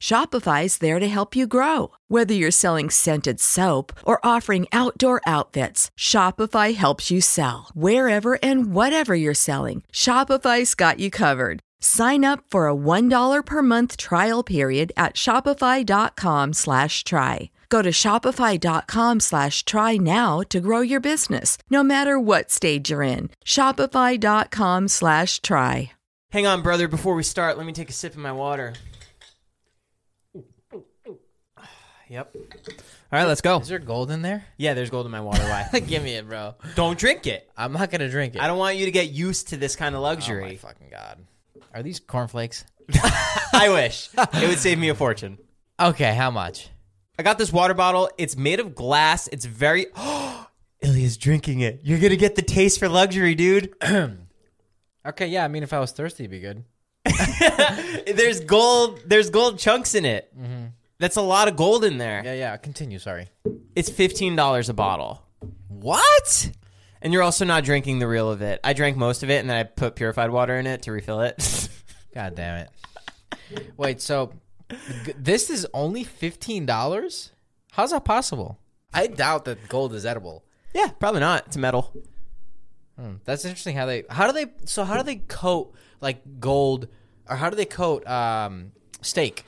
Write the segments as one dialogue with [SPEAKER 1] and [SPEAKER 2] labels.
[SPEAKER 1] Shopify's there to help you grow. Whether you're selling scented soap or offering outdoor outfits, Shopify helps you sell. Wherever and whatever you're selling, Shopify's got you covered. Sign up for a $1 per month trial period at shopify.com slash try. Go to shopify.com slash try now to grow your business, no matter what stage you're in. Shopify.com slash try.
[SPEAKER 2] Hang on, brother. Before we start, let me take a sip of my water. Yep. All right, let's go.
[SPEAKER 3] Is there gold in there?
[SPEAKER 2] Yeah, there's gold in my water. Why?
[SPEAKER 3] Give me it, bro.
[SPEAKER 2] don't drink it.
[SPEAKER 3] I'm not gonna drink it.
[SPEAKER 2] I don't want you to get used to this kind of
[SPEAKER 3] Oh my
[SPEAKER 2] luxury.
[SPEAKER 3] fucking god. Are these cornflakes?
[SPEAKER 2] I wish it would save me a fortune.
[SPEAKER 3] Okay, how much?
[SPEAKER 2] I got this water bottle. It's made of glass. It's very. Ilya's drinking it. You're gonna get the taste for luxury, dude.
[SPEAKER 3] Okay, yeah. I mean, if I was thirsty, it'd be good.
[SPEAKER 2] there's gold. There's gold chunks in it. That's a lot of gold in there.
[SPEAKER 3] Yeah, yeah. Continue. Sorry.
[SPEAKER 2] It's fifteen dollars a bottle,
[SPEAKER 3] What?
[SPEAKER 2] and you're also not drinking the real of it. I drank most of it, and then I put purified water in it to refill it.
[SPEAKER 3] God damn it. Wait. So g- this is only fifteen dollars? How's that possible? I doubt that gold is edible.
[SPEAKER 2] yeah, probably not. It's metal.
[SPEAKER 3] Hmm, That's interesting. How they? How do they? So how do they coat like gold, or how do they coat um steak?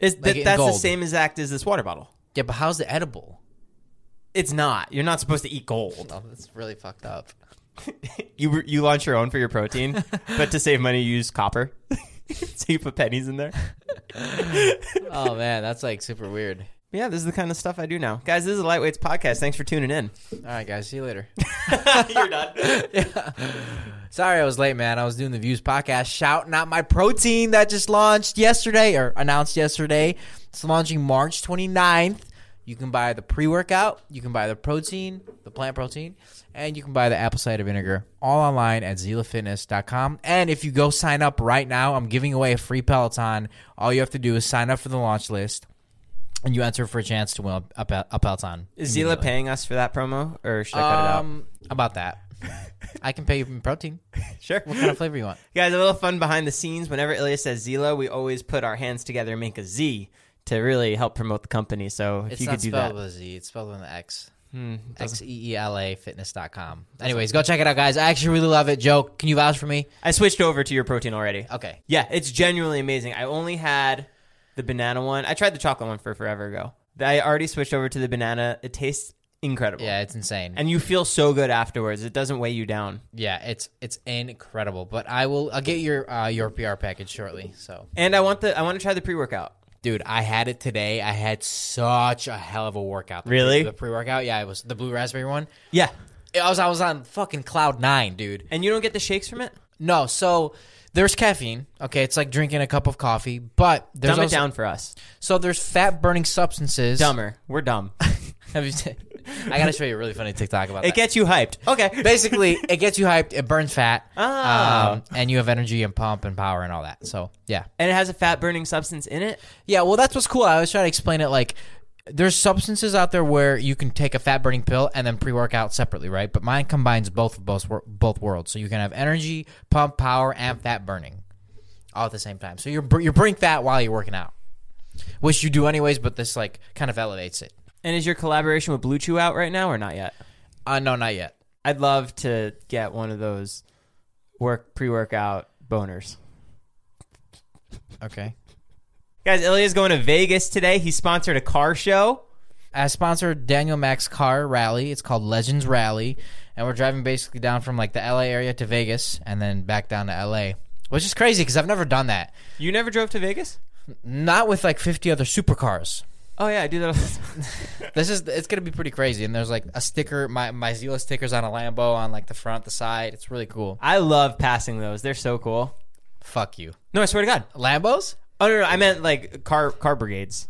[SPEAKER 2] It's,
[SPEAKER 3] Like
[SPEAKER 2] that,
[SPEAKER 3] in
[SPEAKER 2] that's the
[SPEAKER 3] gold.
[SPEAKER 2] same exact as this water bottle.
[SPEAKER 3] Yeah, but how's it edible?
[SPEAKER 2] It's not. You're not supposed to eat gold.
[SPEAKER 3] Oh, that's really fucked up.
[SPEAKER 2] You you launch your own for your protein, but to save money, you use copper. so you put pennies in there.
[SPEAKER 3] Oh man, that's like super weird.
[SPEAKER 2] Yeah, this is the kind of stuff I do now, guys. This is a lightweights podcast. Thanks for tuning in.
[SPEAKER 3] All right, guys. See you later.
[SPEAKER 2] You're done.
[SPEAKER 3] Sorry I was late, man. I was doing the Views podcast, shouting out my protein that just launched yesterday or announced yesterday. It's launching March 29th. You can buy the pre workout, you can buy the protein, the plant protein, and you can buy the apple cider vinegar all online at zelafitness.com. And if you go sign up right now, I'm giving away a free Peloton. All you have to do is sign up for the launch list and you enter for a chance to win a, a, Pel- a Peloton.
[SPEAKER 2] Is Zila paying us for that promo, or should I cut
[SPEAKER 3] Um, about that. I can pay you in protein.
[SPEAKER 2] it out? Sure.
[SPEAKER 3] What kind of flavor you want?
[SPEAKER 2] Guys, a little fun behind the scenes. Whenever Ilya says Zila, we always put our hands together and make a Z to really help promote the company. So if
[SPEAKER 3] It's
[SPEAKER 2] you
[SPEAKER 3] not
[SPEAKER 2] could do
[SPEAKER 3] spelled
[SPEAKER 2] that,
[SPEAKER 3] with a Z. It's spelled with an X. X E E L A fitness.com. Anyways, go check it out, guys. I actually really love it. Joe, can you vouch for me?
[SPEAKER 2] I switched over to your protein already.
[SPEAKER 3] Okay.
[SPEAKER 2] Yeah, it's genuinely amazing. I only had the banana one. I tried the chocolate one for forever ago. I already switched over to the banana. It tastes incredible.
[SPEAKER 3] Yeah, it's insane.
[SPEAKER 2] And you feel so good afterwards. It doesn't weigh you down.
[SPEAKER 3] yeah, it's it's incredible. But I will I'll get your uh, your PR package shortly. So
[SPEAKER 2] And I want the I want to try the pre-workout.
[SPEAKER 3] dude, I had it today. I had such a hell of a workout. The
[SPEAKER 2] Really?
[SPEAKER 3] Pre, the pre workout, yeah, it was the blue raspberry one.
[SPEAKER 2] Yeah.
[SPEAKER 3] I was I was on fucking cloud nine, dude.
[SPEAKER 2] And you don't get the shakes from it?
[SPEAKER 3] No, so there's caffeine. Okay, it's like drinking a cup of coffee, but there's
[SPEAKER 2] Dumb
[SPEAKER 3] also-
[SPEAKER 2] it down for us.
[SPEAKER 3] So there's fat burning substances.
[SPEAKER 2] Dumber. We're dumb.
[SPEAKER 3] Have you seen- I gotta show you a really funny TikTok about
[SPEAKER 2] it
[SPEAKER 3] that.
[SPEAKER 2] gets you hyped.
[SPEAKER 3] Oh.
[SPEAKER 2] Okay.
[SPEAKER 3] Basically, it gets you hyped, it burns fat,
[SPEAKER 2] Ah.
[SPEAKER 3] um, and you have energy and pump and power and all that. So yeah,
[SPEAKER 2] and it has a fat burning substance in it.
[SPEAKER 3] yeah. Well, that's what's cool. I always try to explain it like there's substances out there where you can take a fat burning pill and then pre workout separately, right? But mine combines both of both wor- both worlds, so you can have energy, pump, power, and fat burning all at the same time. So you're bur- you're burning fat while you're working out, which you do anyways. But this like kind of elevates it.
[SPEAKER 2] And is your collaboration with Blue Chew out right now or not yet?
[SPEAKER 3] Uh, no, not yet.
[SPEAKER 2] I'd love to get one of those work pre workout boners.
[SPEAKER 3] Okay.
[SPEAKER 2] Guys, Ilya's going to Vegas today. He sponsored a car show.
[SPEAKER 3] I sponsored Daniel Mack's car rally. It's called Legends Rally, and we're driving basically down from like the LA area to Vegas, and then back down to LA, which is crazy because I've never done that.
[SPEAKER 2] You never drove to Vegas?
[SPEAKER 3] Not with like 50 other supercars.
[SPEAKER 2] Oh yeah, I do that. All the time.
[SPEAKER 3] This is it's gonna be pretty crazy. And there's like a sticker, my my Zila stickers on a Lambo on like the front, the side. It's really cool.
[SPEAKER 2] I love passing those. They're so cool.
[SPEAKER 3] Fuck you,
[SPEAKER 2] No, I swear to God.
[SPEAKER 3] Lambos.
[SPEAKER 2] Oh no, no I meant like car car brigades.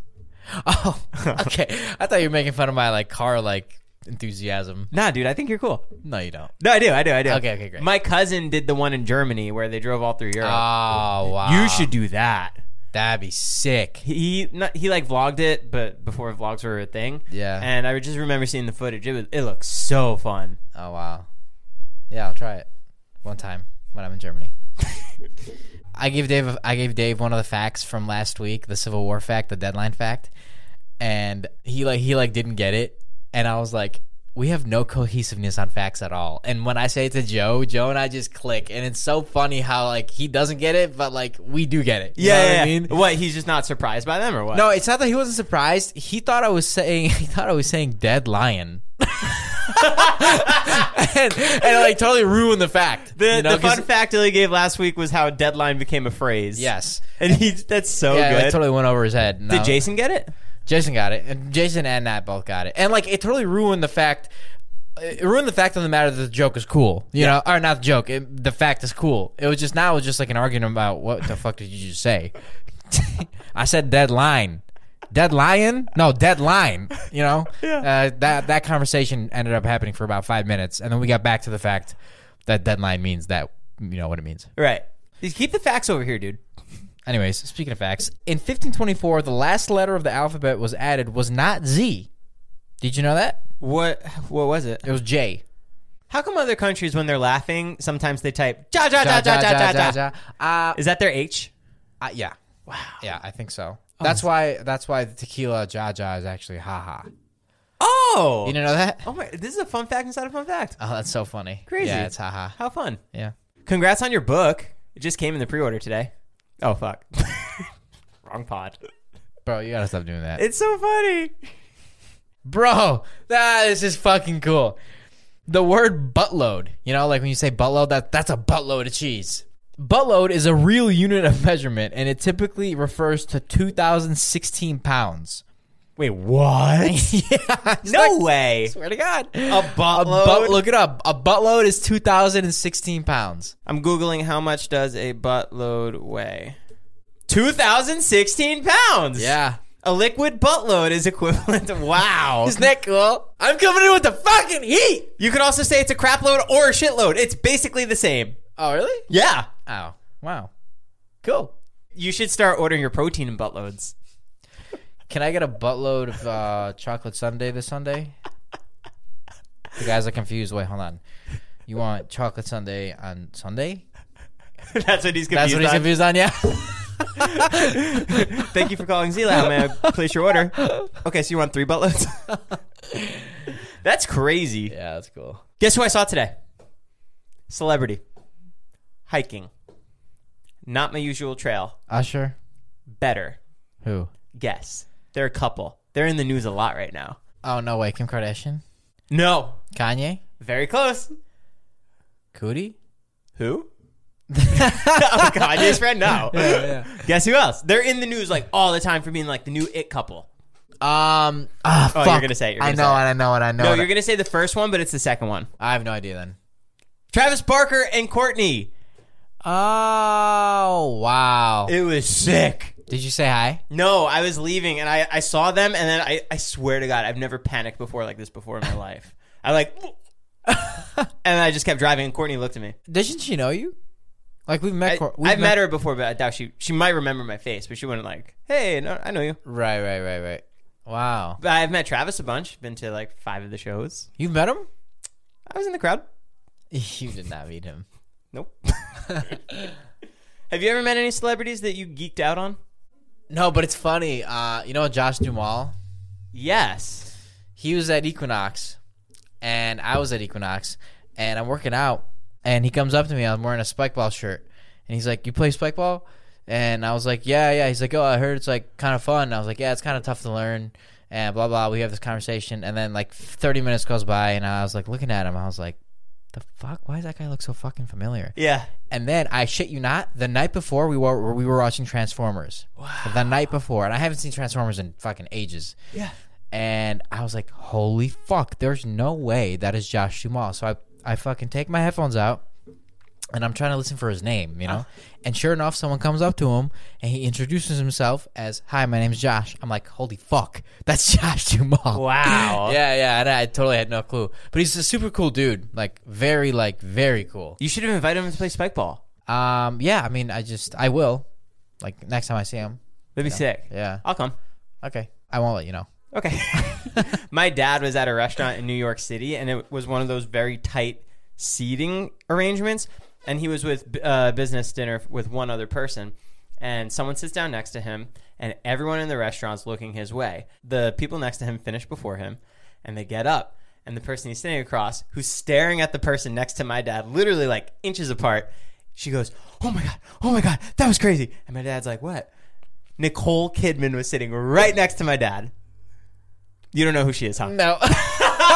[SPEAKER 3] Oh, okay. I thought you were making fun of my like car like enthusiasm.
[SPEAKER 2] Nah, dude, I think you're cool.
[SPEAKER 3] No, you don't.
[SPEAKER 2] No, I do, I do, I do.
[SPEAKER 3] Okay, okay, great.
[SPEAKER 2] My cousin did the one in Germany where they drove all through
[SPEAKER 3] Oh
[SPEAKER 2] Europe.
[SPEAKER 3] wow,
[SPEAKER 2] You should do that.
[SPEAKER 3] That'd be sick.
[SPEAKER 2] He not, he like vlogged it, but before vlogs were a thing.
[SPEAKER 3] Yeah.
[SPEAKER 2] And I just remember seeing the footage. It was it looks so fun.
[SPEAKER 3] Oh wow. Yeah, I'll try it one time when I'm in Germany. I gave Dave I gave Dave one of the facts from last week, the Civil War fact, the deadline fact, and he like he like didn't get it, and I was like, we have no cohesiveness on facts at all. And when I say it to Joe, Joe and I just click, and it's so funny how like he doesn't get it, but like we do get it. You know what I mean?
[SPEAKER 2] What he's just not surprised by them or what?
[SPEAKER 3] No, it's not that he wasn't surprised. He thought I was saying he thought I was saying dead lion. and, and it, like totally ruined the fact.
[SPEAKER 2] The,
[SPEAKER 3] you know,
[SPEAKER 2] the
[SPEAKER 3] 'cause-
[SPEAKER 2] fun fact Illy gave last week was how deadline became a phrase.
[SPEAKER 3] Yes.
[SPEAKER 2] And he that's so
[SPEAKER 3] yeah, it,
[SPEAKER 2] Oh, good.
[SPEAKER 3] like, totally went over his head. No.
[SPEAKER 2] Did Jason get it?
[SPEAKER 3] Jason got it. And Jason and Nat both got it. And like it totally ruined the fact it ruined the fact of the matter that the joke is cool. You know, or not the joke, it, the fact is cool. It was just now it was just like an argument about what the fuck did you just say? I said deadline. Deadline? No, deadline. You know? Uh, that that conversation ended up happening for about 5 minutes and then we got back to the fact that deadline means that you know what it means.
[SPEAKER 2] Right. Just keep the facts over here, dude.
[SPEAKER 3] Anyways, speaking of facts, in 1524, the last letter of the alphabet was added was not Z. Did you know that?
[SPEAKER 2] What what was it?
[SPEAKER 3] It was J.
[SPEAKER 2] How come other countries when they're laughing sometimes they type ja ja ja ja ja ja ja?
[SPEAKER 3] Uh,
[SPEAKER 2] Is that their H?
[SPEAKER 3] uh, yeah. Wow. Yeah, I think so.
[SPEAKER 2] Oh.
[SPEAKER 3] That's why. That's why the tequila ja ja is actually haha.
[SPEAKER 2] Oh.
[SPEAKER 3] You didn't know that?
[SPEAKER 2] oh my! This is a fun fact inside a fun fact.
[SPEAKER 3] Oh, that's so funny.
[SPEAKER 2] Crazy.
[SPEAKER 3] Yeah, it's haha.
[SPEAKER 2] How fun!
[SPEAKER 3] Yeah.
[SPEAKER 2] Congrats on your book. It just came in the pre-order today. Oh fuck! Wrong pod.
[SPEAKER 3] Bro, you gotta stop doing that.
[SPEAKER 2] It's so funny.
[SPEAKER 3] Bro, that is just fucking cool. The word buttload, you know, like when you say buttload, that that's a buttload of cheese. Buttload is a real unit of measurement, and it typically refers to 2,016 pounds.
[SPEAKER 2] Wait, what?
[SPEAKER 3] yeah,
[SPEAKER 2] no way.
[SPEAKER 3] Swear to God,
[SPEAKER 2] A
[SPEAKER 3] a
[SPEAKER 2] buttload.
[SPEAKER 3] butt. Look it up. A buttload is 2,016 pounds.
[SPEAKER 2] I'm googling how much does a buttload weigh. 2,016 pounds.
[SPEAKER 3] Yeah.
[SPEAKER 2] A liquid buttload is equivalent to wow.
[SPEAKER 3] Isn't that cool? I'm coming in with the fucking heat.
[SPEAKER 2] You could also say it's a crapload or a shitload. It's basically the same.
[SPEAKER 3] Oh, really?
[SPEAKER 2] Yeah.
[SPEAKER 3] Oh, wow. Cool.
[SPEAKER 2] You should start ordering your protein in buttloads.
[SPEAKER 3] Can I get a buttload of uh, chocolate sundae this Sunday? The guys are confused. Wait, hold on. You want chocolate sundae on Sunday?
[SPEAKER 2] That's what he's
[SPEAKER 3] That's
[SPEAKER 2] confused
[SPEAKER 3] what he's
[SPEAKER 2] on.
[SPEAKER 3] confused on. Yeah.
[SPEAKER 2] Thank you for calling Zila. How may I place your order? Okay, so you want three buttloads? That's crazy.
[SPEAKER 3] yeah, that's cool.
[SPEAKER 2] Guess who I saw today? Celebrity. Hiking. Not my usual trail.
[SPEAKER 3] Usher.
[SPEAKER 2] Better.
[SPEAKER 3] Who?
[SPEAKER 2] Guess. They're a couple. They're in the news a lot right now.
[SPEAKER 3] Oh no, wait. Kim Kardashian.
[SPEAKER 2] No.
[SPEAKER 3] Kanye.
[SPEAKER 2] Very close.
[SPEAKER 3] Cootie.
[SPEAKER 2] Who? oh, Kanye's friend? No. Guess who else? They're in the news like all the time for being like the new it couple.
[SPEAKER 3] Um. ah,
[SPEAKER 2] Oh,
[SPEAKER 3] fuck.
[SPEAKER 2] you're gonna say it, you're
[SPEAKER 3] I
[SPEAKER 2] gonna
[SPEAKER 3] know
[SPEAKER 2] say
[SPEAKER 3] it. I know it. I know
[SPEAKER 2] No,
[SPEAKER 3] it.
[SPEAKER 2] you're going to say the first one, but it's the second one.
[SPEAKER 3] I have no idea then.
[SPEAKER 2] Travis Barker and Courtney.
[SPEAKER 3] Oh wow.
[SPEAKER 2] It was sick.
[SPEAKER 3] Did you say hi?
[SPEAKER 2] No, I was leaving and I, I saw them and then I, I swear to God, I've never panicked before like this before in my life. I like, and I just kept driving and Courtney looked at me.
[SPEAKER 3] Didn't she know you? Like we've met.
[SPEAKER 2] I,
[SPEAKER 3] Cor- we've
[SPEAKER 2] I've met her before, but I doubt she, she might remember my face, but she wouldn't like, hey, no, I know you.
[SPEAKER 3] Right. Right. Right. Right. Wow.
[SPEAKER 2] But I've met Travis a bunch, been to like five of the shows.
[SPEAKER 3] You've met him.
[SPEAKER 2] I was in the crowd.
[SPEAKER 3] You did not meet him.
[SPEAKER 2] Nope. Have you ever met any celebrities that you geeked out on?
[SPEAKER 3] No, but it's funny. Uh, you know Josh Duhamel?
[SPEAKER 2] Yes.
[SPEAKER 3] He was at Equinox, and I was at Equinox, and I'm working out, and he comes up to me. I'm wearing a spike ball shirt, and he's like, "You play spike ball?" And I was like, yeah, yeah. He's like, oh, I heard it's like kind of fun. And I was like, yeah, it's kind of tough to learn. And blah blah. We have this conversation, and then like 30 minutes goes by, and I was like looking at him. I was like, the fuck? Why does that guy look so fucking familiar?
[SPEAKER 2] Yeah.
[SPEAKER 3] And then I shit you not, the night before we were we were watching Transformers. The night before, and I haven't seen Transformers in fucking ages.
[SPEAKER 2] Yeah.
[SPEAKER 3] And I was like, holy fuck, there's no way that is Josh Duhamel. So I I fucking take my headphones out and I'm trying to listen for his name, you know?
[SPEAKER 2] Ah.
[SPEAKER 3] And sure enough, someone comes up to him and he introduces himself as, Hi, my name's Josh. I'm like, Holy fuck, that's Josh Duhamel.
[SPEAKER 2] Wow.
[SPEAKER 3] Yeah, yeah, and I totally had no clue. But he's a super cool dude. Like, very, like, very cool.
[SPEAKER 2] You should have invited him to play spike ball.
[SPEAKER 3] Um, yeah, I mean, I just I will, like next time I see him.
[SPEAKER 2] That'd be sick.
[SPEAKER 3] Yeah.
[SPEAKER 2] I'll come.
[SPEAKER 3] Okay. I won't let you know.
[SPEAKER 2] Okay. My dad was at a restaurant in New York City, and it was one of those very tight seating arrangements. And he was with uh, business dinner with one other person, and someone sits down next to him, and everyone in the restaurant's looking his way. The people next to him finish before him, and they get up, and the person he's sitting across, who's staring at the person next to my dad, literally like inches apart, she goes, "Oh my god, oh my god, that was crazy!" And my dad's like, "What?" Nicole Kidman was sitting right next to my dad. You don't know who she is, huh?
[SPEAKER 3] No.
[SPEAKER 2] All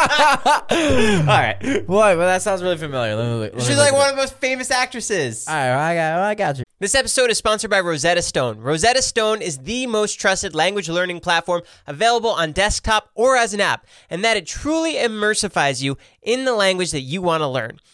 [SPEAKER 2] right.
[SPEAKER 3] Boy, but that sounds really familiar. Let me, let me
[SPEAKER 2] She's like one of the most famous actresses.
[SPEAKER 3] All right, I got, I got you.
[SPEAKER 2] This episode is sponsored by Rosetta Stone. Rosetta Stone is the most trusted language learning platform available on desktop or as an app, and that it truly immersifies you in the language that you want to learn.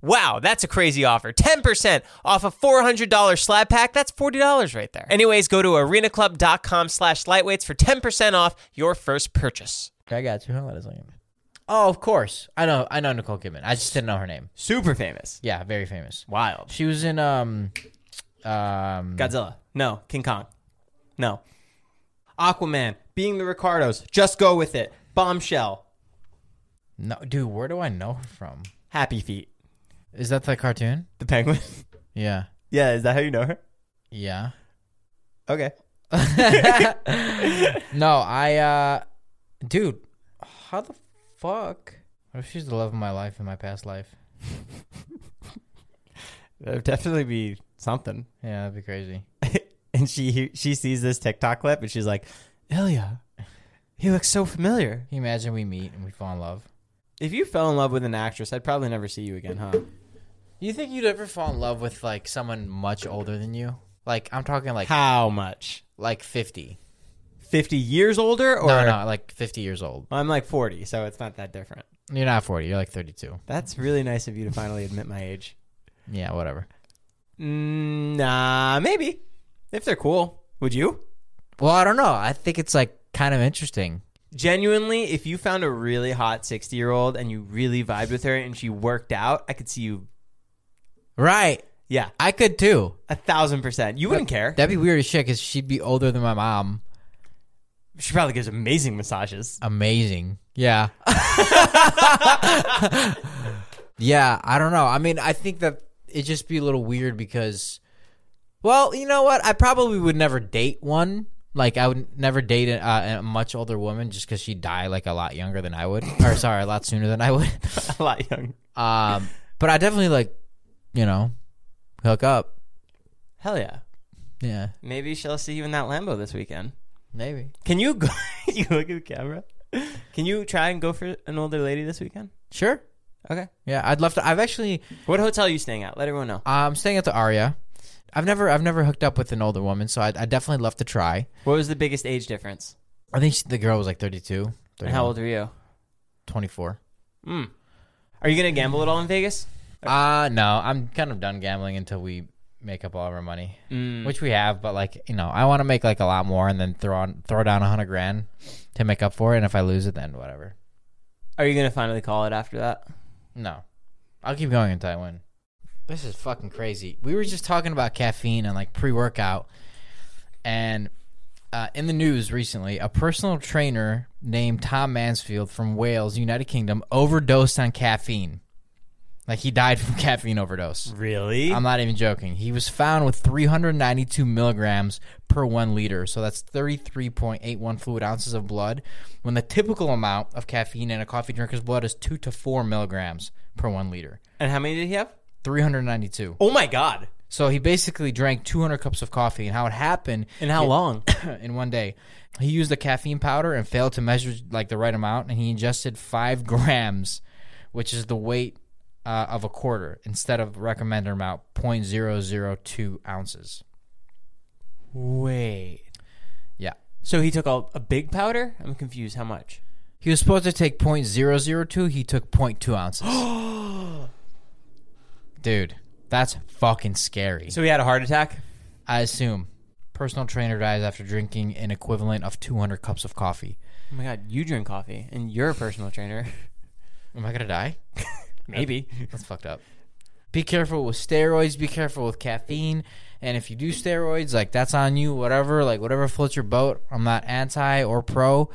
[SPEAKER 2] Wow, that's a crazy offer. 10% off a $400 slab pack. That's $40 right there. Anyways, go to arenaclub.com slash lightweights for 10% off your first purchase.
[SPEAKER 3] I got you. Hold on a second. Oh, of course. I know. I know Nicole Kidman. I just didn't know her name.
[SPEAKER 2] Super famous.
[SPEAKER 3] Yeah, very famous.
[SPEAKER 2] Wild.
[SPEAKER 3] She was in um, um.
[SPEAKER 2] Godzilla. No. King Kong. No. Aquaman. Being the Ricardos. Just go with it. Bombshell.
[SPEAKER 3] No, dude. Where do I know her from?
[SPEAKER 2] Happy Feet.
[SPEAKER 3] Is that the cartoon?
[SPEAKER 2] The Penguin.
[SPEAKER 3] Yeah.
[SPEAKER 2] yeah, is that how you know her?
[SPEAKER 3] Yeah.
[SPEAKER 2] Okay.
[SPEAKER 3] No, I uh, dude. How the fuck? What if she's the love of my life in my past life?
[SPEAKER 2] There'd definitely be something.
[SPEAKER 3] Yeah, that'd be crazy.
[SPEAKER 2] and she she sees this TikTok clip and she's like, Ilya, he looks so familiar.
[SPEAKER 3] Can you imagine we meet and we fall in love?
[SPEAKER 2] If you fell in love with an actress, I'd probably never see you again, huh?
[SPEAKER 3] You think you'd ever fall in love with like someone much older than you? Like I'm talking like
[SPEAKER 2] How much?
[SPEAKER 3] like 50.
[SPEAKER 2] 50 years older? Or
[SPEAKER 3] No, no, like 50 years old.
[SPEAKER 2] I'm like 40, so it's not that different.
[SPEAKER 3] You're not 40. You're like 32.
[SPEAKER 2] That's really nice of you to finally admit my age.
[SPEAKER 3] Yeah, whatever.
[SPEAKER 2] Mm, Nah, maybe. If they're cool. Would you?
[SPEAKER 3] Well, I don't know. I think it's like kind of interesting.
[SPEAKER 2] Genuinely, if you found a really hot 60 year old and you really vibed with her and she worked out, I could see you.
[SPEAKER 3] Right.
[SPEAKER 2] Yeah,
[SPEAKER 3] I could too.
[SPEAKER 2] a thousand percent. You wouldn't care.
[SPEAKER 3] That'd be weird as shit because she'd be older than my mom.
[SPEAKER 2] She probably gives amazing massages.
[SPEAKER 3] Amazing. Yeah. yeah, I don't know. I mean, I think that it'd just be a little weird because, well, you know what? I probably would never date one. Like, I would never date a, uh, a much older woman just because she'd die like a lot younger than I would. or, sorry, a lot sooner than I would.
[SPEAKER 2] a lot young.
[SPEAKER 3] Um, but I definitely like, you know, hook up.
[SPEAKER 2] Hell yeah.
[SPEAKER 3] Yeah,
[SPEAKER 2] Maybe she'll see you in that Lambo this weekend.
[SPEAKER 3] maybe.
[SPEAKER 2] Can you go? you look at the camera. Can you try and go for an older lady this weekend?
[SPEAKER 3] Sure.
[SPEAKER 2] Okay.
[SPEAKER 3] Yeah, I'd love to. I've actually,
[SPEAKER 2] What hotel are you staying at? Let everyone know.
[SPEAKER 3] I'm staying at the Aria. I've never, I've never hooked up with an older woman, so I, I definitely love to try.
[SPEAKER 2] What was the biggest age difference?
[SPEAKER 3] I think she, the girl was like 32.
[SPEAKER 2] And how old are you?
[SPEAKER 3] 24.
[SPEAKER 2] Mm. Are you gonna gamble at all in Vegas?
[SPEAKER 3] Uh no, I'm kind of done gambling until we make up all of our money,
[SPEAKER 2] Mm.
[SPEAKER 3] which we have. But like, you know, I want to make like a lot more and then throw on, throw down a hundred grand to make up for it. And if I lose it, then whatever.
[SPEAKER 2] Are you gonna finally call it after that?
[SPEAKER 3] No, I'll keep going until I win. This is fucking crazy. We were just talking about caffeine and like pre workout, and uh, in the news recently, a personal trainer named Tom Mansfield from Wales, United Kingdom, overdosed on caffeine. Like he died from caffeine overdose.
[SPEAKER 2] Really?
[SPEAKER 3] I'm not even joking. He was found with 392 milligrams per one liter. So that's 33.81 fluid ounces of blood, when the typical amount of caffeine in a coffee drinker's blood is two to four milligrams per one liter.
[SPEAKER 2] and how many did he have?
[SPEAKER 3] 392.
[SPEAKER 2] Oh my god!
[SPEAKER 3] So he basically drank 200 cups of coffee. And how it happened
[SPEAKER 2] And how long?
[SPEAKER 3] in one day, he used the caffeine powder and failed to measure like the right amount, and he ingested five grams, which is the weight uh, of a quarter, instead of recommended amount 0.002 ounces.
[SPEAKER 2] Wait.
[SPEAKER 3] Yeah.
[SPEAKER 2] So he took a, a big powder? I'm confused. How much?
[SPEAKER 3] He was supposed to take 0.002. He took 0.2 ounces. Dude, that's fucking scary.
[SPEAKER 2] So he had a heart attack.
[SPEAKER 3] I assume personal trainer dies after drinking an equivalent of 200 cups of coffee.
[SPEAKER 2] Oh my god! You drink coffee, and you're a personal trainer.
[SPEAKER 3] Am I gonna die?
[SPEAKER 2] Maybe.
[SPEAKER 3] That's fucked up. Be careful with steroids. Be careful with caffeine. And if you do steroids, like that's on you. Whatever, like whatever floats your boat. I'm not anti or pro,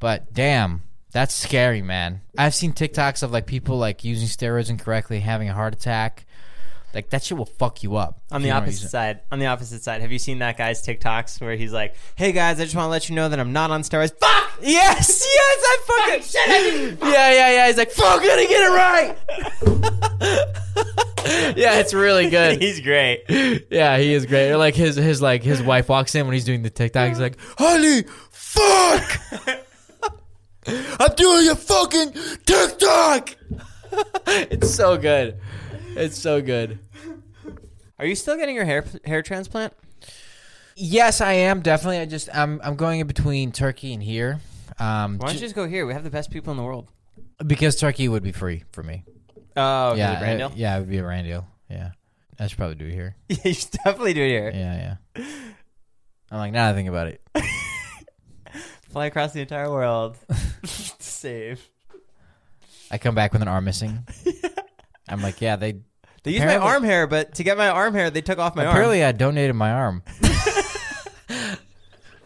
[SPEAKER 3] but damn, that's scary, man. I've seen TikToks of like people like using steroids incorrectly, having a heart attack. Like that shit will fuck you up.
[SPEAKER 2] On
[SPEAKER 3] if
[SPEAKER 2] the
[SPEAKER 3] you don't
[SPEAKER 2] opposite
[SPEAKER 3] use it.
[SPEAKER 2] side. On the opposite side. Have you seen that guy's TikToks where he's like, "Hey guys, I just want to let you know that I'm not on steroids." Fuck. Yes. Yes. I fucking. shit, I didn't- yeah. Yeah. Yeah. He's like, "Fuck, I'm gonna get it right."
[SPEAKER 3] yeah, it's really good.
[SPEAKER 2] he's great.
[SPEAKER 3] yeah, he is great. Or like his his like his wife walks in when he's doing the TikTok. He's like, "Honey, fuck." I'm doing a fucking TikTok. it's so good. It's so good.
[SPEAKER 2] Are you still getting your hair hair transplant?
[SPEAKER 3] Yes, I am definitely. I just I'm I'm going in between Turkey and here. Um,
[SPEAKER 2] Why don't you
[SPEAKER 3] ju-
[SPEAKER 2] just go here? We have the best people in the world.
[SPEAKER 3] because Turkey would be free for me.
[SPEAKER 2] Oh,
[SPEAKER 3] yeah,
[SPEAKER 2] yeah, brand
[SPEAKER 3] uh,
[SPEAKER 2] deal.
[SPEAKER 3] yeah, it would be a brand deal. Yeah, I should probably do it here.
[SPEAKER 2] Yeah, you should definitely do it here.
[SPEAKER 3] Yeah, yeah. I'm like now that I think about it.
[SPEAKER 2] Fly across the entire world. Save.
[SPEAKER 3] I come back with an arm missing. I'm like, yeah, they
[SPEAKER 2] They used
[SPEAKER 3] Apparently-
[SPEAKER 2] my arm hair, but to get my arm hair, they took off my
[SPEAKER 3] Apparently, I donated my arm.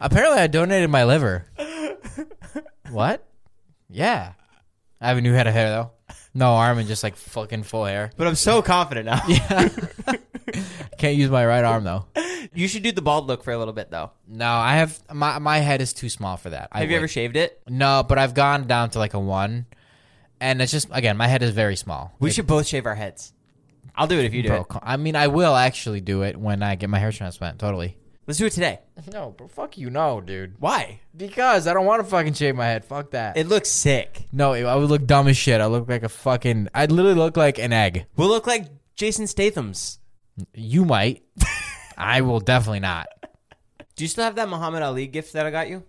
[SPEAKER 3] Apparently, I donated my liver. What? Yeah. I have a new head of hair, though. No arm and just like fucking full hair.
[SPEAKER 2] But I'm so confident now.
[SPEAKER 3] Can't use my right arm, though.
[SPEAKER 2] You should do the bald look for a little bit though.
[SPEAKER 3] No, I have my my head is too small for that. I
[SPEAKER 2] Have you ever
[SPEAKER 3] would-
[SPEAKER 2] shaved it?
[SPEAKER 3] No, but I've gone down to like a one. And it's just, again, my head is very small.
[SPEAKER 2] We
[SPEAKER 3] It-
[SPEAKER 2] should both shave our heads. I'll do it if you do
[SPEAKER 3] bro,
[SPEAKER 2] it.
[SPEAKER 3] co- I mean, I will actually do it when I get my hair transplant, totally.
[SPEAKER 2] Let's do it today.
[SPEAKER 3] No, bro, fuck you, no, dude.
[SPEAKER 2] Why?
[SPEAKER 3] Because I don't want to fucking shave my head. Fuck that.
[SPEAKER 2] It looks sick.
[SPEAKER 3] No, I would look dumb as shit. I look like a fucking. I'd literally look like an egg.
[SPEAKER 2] We'll look like Jason Statham's.
[SPEAKER 3] You might. I will definitely not.
[SPEAKER 2] Do you still have that Muhammad Ali gift that I got you?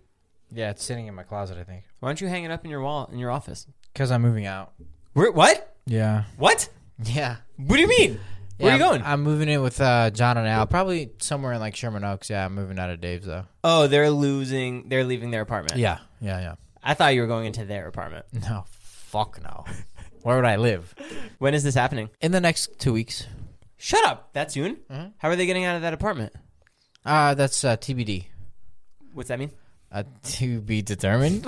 [SPEAKER 3] Yeah, it's sitting in my closet, I think,
[SPEAKER 2] Why don't you hang it up in your wall in your office?
[SPEAKER 3] because I'm moving out.
[SPEAKER 2] Where, what?
[SPEAKER 3] Yeah.
[SPEAKER 2] What?
[SPEAKER 3] Yeah.
[SPEAKER 2] What do you mean? Where are you
[SPEAKER 3] Yeah,
[SPEAKER 2] going?
[SPEAKER 3] I'm moving in with uh, John and Al. Probably somewhere in like Sherman Oaks. Yeah, I'm moving out of Dave's though.
[SPEAKER 2] oh, they're losing. They're leaving their apartment.
[SPEAKER 3] Yeah, yeah,
[SPEAKER 2] I thought you were going into their apartment.
[SPEAKER 3] yeah. No, fuck no. Where would I live?
[SPEAKER 2] When is this happening? Mm-hmm.
[SPEAKER 3] In the next two weeks.
[SPEAKER 2] Shut up. That soon? How are they getting out of that apartment?
[SPEAKER 3] Uh, that's uh, TBD.
[SPEAKER 2] What's that mean?
[SPEAKER 3] Uh, to be determined.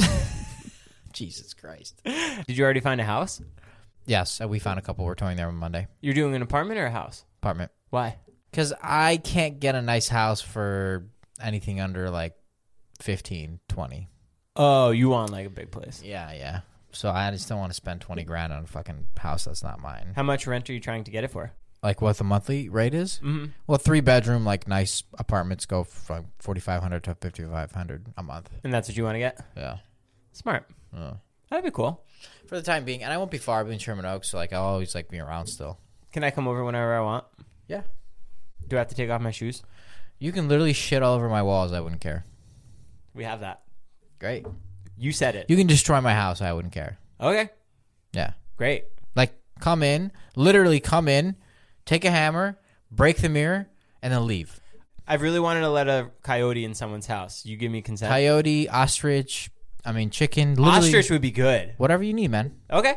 [SPEAKER 3] Jesus Christ.
[SPEAKER 2] Did you already find a house?
[SPEAKER 3] Yes, uh, we found a couple. We're touring there on Monday.
[SPEAKER 2] You're doing an apartment or a house?
[SPEAKER 3] Apartment.
[SPEAKER 2] Why?
[SPEAKER 3] Because I can't get a nice house for anything under like 15, 20.
[SPEAKER 2] Oh, you want like a big place.
[SPEAKER 3] Yeah, yeah. So I just don't want to spend 20 grand on a fucking house that's not mine.
[SPEAKER 2] How much rent are you trying to get it for?
[SPEAKER 3] Like what the monthly rate is?
[SPEAKER 2] Mm-hmm.
[SPEAKER 3] Well, three bedroom like nice apartments go from forty five hundred to fifty five hundred a month.
[SPEAKER 2] And that's what you want to get?
[SPEAKER 3] Yeah.
[SPEAKER 2] Smart.
[SPEAKER 3] Yeah.
[SPEAKER 2] That'd be cool.
[SPEAKER 3] For the time being, and I won't be far. I'm in Sherman Oaks, so like I'll always like be around still.
[SPEAKER 2] Can I come over whenever I want?
[SPEAKER 3] Yeah.
[SPEAKER 2] Do I have to take off my shoes?
[SPEAKER 3] You can literally shit all over my walls. I wouldn't care.
[SPEAKER 2] We have that.
[SPEAKER 3] Great.
[SPEAKER 2] You said it.
[SPEAKER 3] You can destroy my house. I wouldn't care.
[SPEAKER 2] okay.
[SPEAKER 3] Yeah.
[SPEAKER 2] Great.
[SPEAKER 3] Like come in, literally come in, take a hammer, break the mirror, and then leave.
[SPEAKER 2] I've really wanted to let a coyote in someone's house. You give me consent.
[SPEAKER 3] Coyote, ostrich, I mean chicken, literally
[SPEAKER 2] Ostrich would be good.
[SPEAKER 3] whatever you need, man.
[SPEAKER 2] Okay.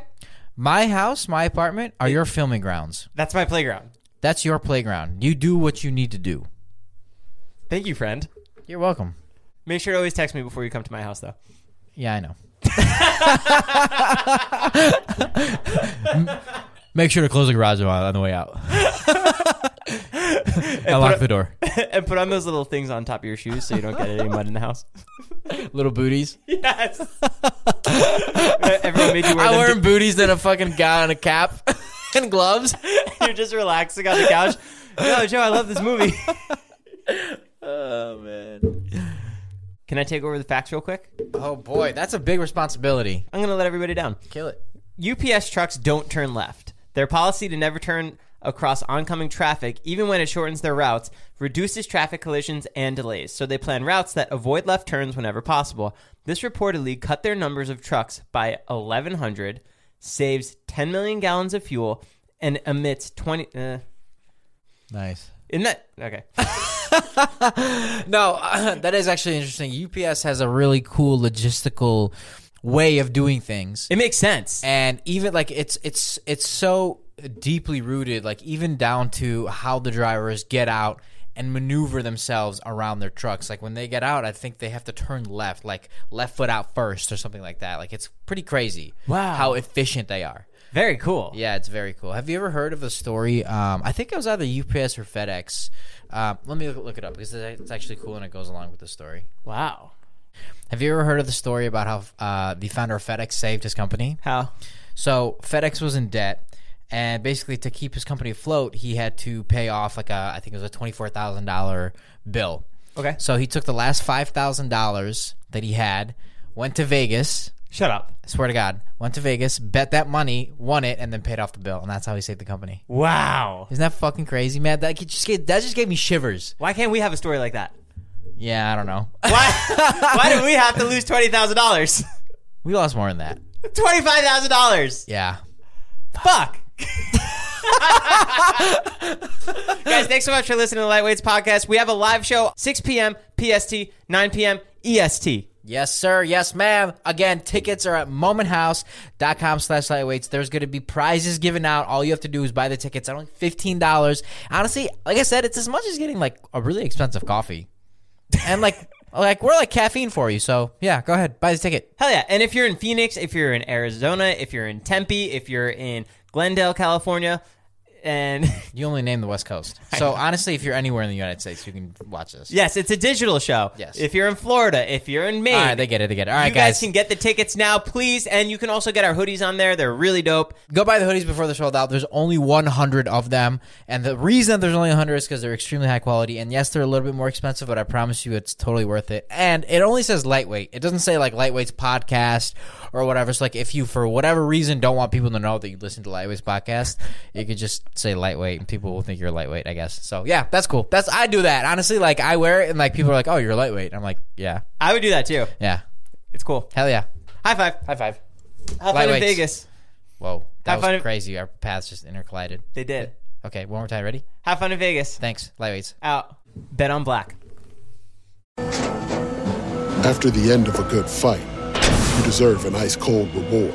[SPEAKER 3] My house, my apartment are your filming grounds.
[SPEAKER 2] That's my playground.
[SPEAKER 3] That's your playground. You do what you need to do.
[SPEAKER 2] Thank you, friend.
[SPEAKER 3] You're welcome.
[SPEAKER 2] Make sure to always text me before you come to my house, though.
[SPEAKER 3] Yeah, I know. Make sure to close the garage door on on the way out. and lock the door.
[SPEAKER 2] and put on those little things on top of your shoes so you don't get any mud in the house.
[SPEAKER 3] Little booties.
[SPEAKER 2] Yes. Everyone made you wear
[SPEAKER 3] I'm
[SPEAKER 2] them.
[SPEAKER 3] wearing booties and a fucking gown and a cap and gloves.
[SPEAKER 2] You're just relaxing on the couch. No, Joe, I love this movie.
[SPEAKER 3] Oh man.
[SPEAKER 2] Can I take over the facts real quick?
[SPEAKER 3] Oh boy, that's a big responsibility.
[SPEAKER 2] I'm going to let everybody down.
[SPEAKER 3] Kill it.
[SPEAKER 2] UPS trucks don't turn left. Their policy to never turn across oncoming traffic, even when it shortens their routes, reduces traffic collisions and delays. So they plan routes that avoid left turns whenever possible. This reportedly cut their numbers of trucks by 1,100, saves 10 million gallons of fuel, and emits 20. Uh,
[SPEAKER 3] Nice.
[SPEAKER 2] isn't that okay?
[SPEAKER 3] No, uh, that is actually interesting. UPS has a really cool logistical way of doing things.
[SPEAKER 2] It makes sense.
[SPEAKER 3] and even like it's it's it's so deeply rooted like even down to how the drivers get out and maneuver themselves around their trucks like when they get out i think they have to turn left like left foot out first or something like that like it's pretty crazy
[SPEAKER 2] Wow.
[SPEAKER 3] how efficient they are
[SPEAKER 2] Very cool.
[SPEAKER 3] yeah, it's very cool. Have you ever heard of a story? Um, I think it was either UPS or FedEx. Um, let me look, look it up because it's actually cool and it goes along with the story.
[SPEAKER 2] Wow.
[SPEAKER 3] Have you ever heard of the story about how uh, the founder of FedEx saved his company?
[SPEAKER 2] How?
[SPEAKER 3] So FedEx was in debt, and basically to keep his company afloat, he had to pay off like a I think it was a twenty four thousand dollar bill.
[SPEAKER 2] Okay.
[SPEAKER 3] So he took the last five thousand dollars that he had, went to Vegas.
[SPEAKER 2] Shut up.
[SPEAKER 3] I swear to God, went to Vegas, bet that money, won it, and then paid off the bill, and that's how he saved the company.
[SPEAKER 2] Wow.
[SPEAKER 3] Isn't that fucking crazy, man? That just gave, that just gave me shivers.
[SPEAKER 2] Why can't we have a story like that?
[SPEAKER 3] Yeah, I don't know.
[SPEAKER 2] Why? why do we have to lose twenty thousand dollars?
[SPEAKER 3] We lost more than that.
[SPEAKER 2] Twenty five thousand dollars.
[SPEAKER 3] Yeah.
[SPEAKER 2] Fuck. Guys, thanks so much for listening to Lightweights podcast. We have a live show 6 p.m. PST, 9 p.m. EST.
[SPEAKER 3] Yes, sir. Yes, ma'am. Again, tickets are at momenthouse.com slash lightweights. There's going to be prizes given out. All you have to do is buy the tickets. I only $15. Honestly, like I said, it's as much as getting like a really expensive coffee. And like, like we're like caffeine for you. So yeah, go ahead. Buy the ticket.
[SPEAKER 2] Hell yeah! And if you're in Phoenix, if you're in Arizona, if you're in Tempe, if you're in Glendale, California, and
[SPEAKER 3] You only name the West Coast. So honestly, if you're anywhere in the United States, you can watch this.
[SPEAKER 2] yes, it's a digital show.
[SPEAKER 3] Yes.
[SPEAKER 2] If you're in Florida, if you're in Maine,
[SPEAKER 3] All right, they get it. They get it. All right,
[SPEAKER 2] you guys.
[SPEAKER 3] guys.
[SPEAKER 2] can get the tickets now, please. And you can also get our hoodies on there. They're really dope.
[SPEAKER 3] go buy the hoodies before they're sold out. There's only 100 of them, and the reason there's only 100 is because they're extremely high quality. And yes, they're a little bit more expensive, but I promise you, it's totally worth it. And it only says lightweight. It doesn't say like lightweight's podcast or whatever. So like, if you for whatever reason don't want people to know that you listen to lightweight's podcast, you could just say lightweight, and people will think you're lightweight. I guess. So yeah, that's cool. That's I do that honestly. Like I wear it, and like people are like, "Oh, you're lightweight." I'm like, "Yeah,
[SPEAKER 2] I would do that too.
[SPEAKER 3] yeah."
[SPEAKER 2] It's cool.
[SPEAKER 3] Hell yeah.
[SPEAKER 2] High five.
[SPEAKER 3] High five.
[SPEAKER 2] Have fun in
[SPEAKER 3] Lightweights.
[SPEAKER 2] Vegas.
[SPEAKER 3] Whow. That
[SPEAKER 2] Have fun
[SPEAKER 3] was
[SPEAKER 2] in-
[SPEAKER 3] crazy. Our paths just intercollided.
[SPEAKER 2] They did.
[SPEAKER 3] Okay, one more time. Ready?
[SPEAKER 2] Have fun in Vegas.
[SPEAKER 3] Thanks. Lightweights.
[SPEAKER 2] Out. Bet on black.
[SPEAKER 4] After the end of a good fight, you deserve an ice cold reward.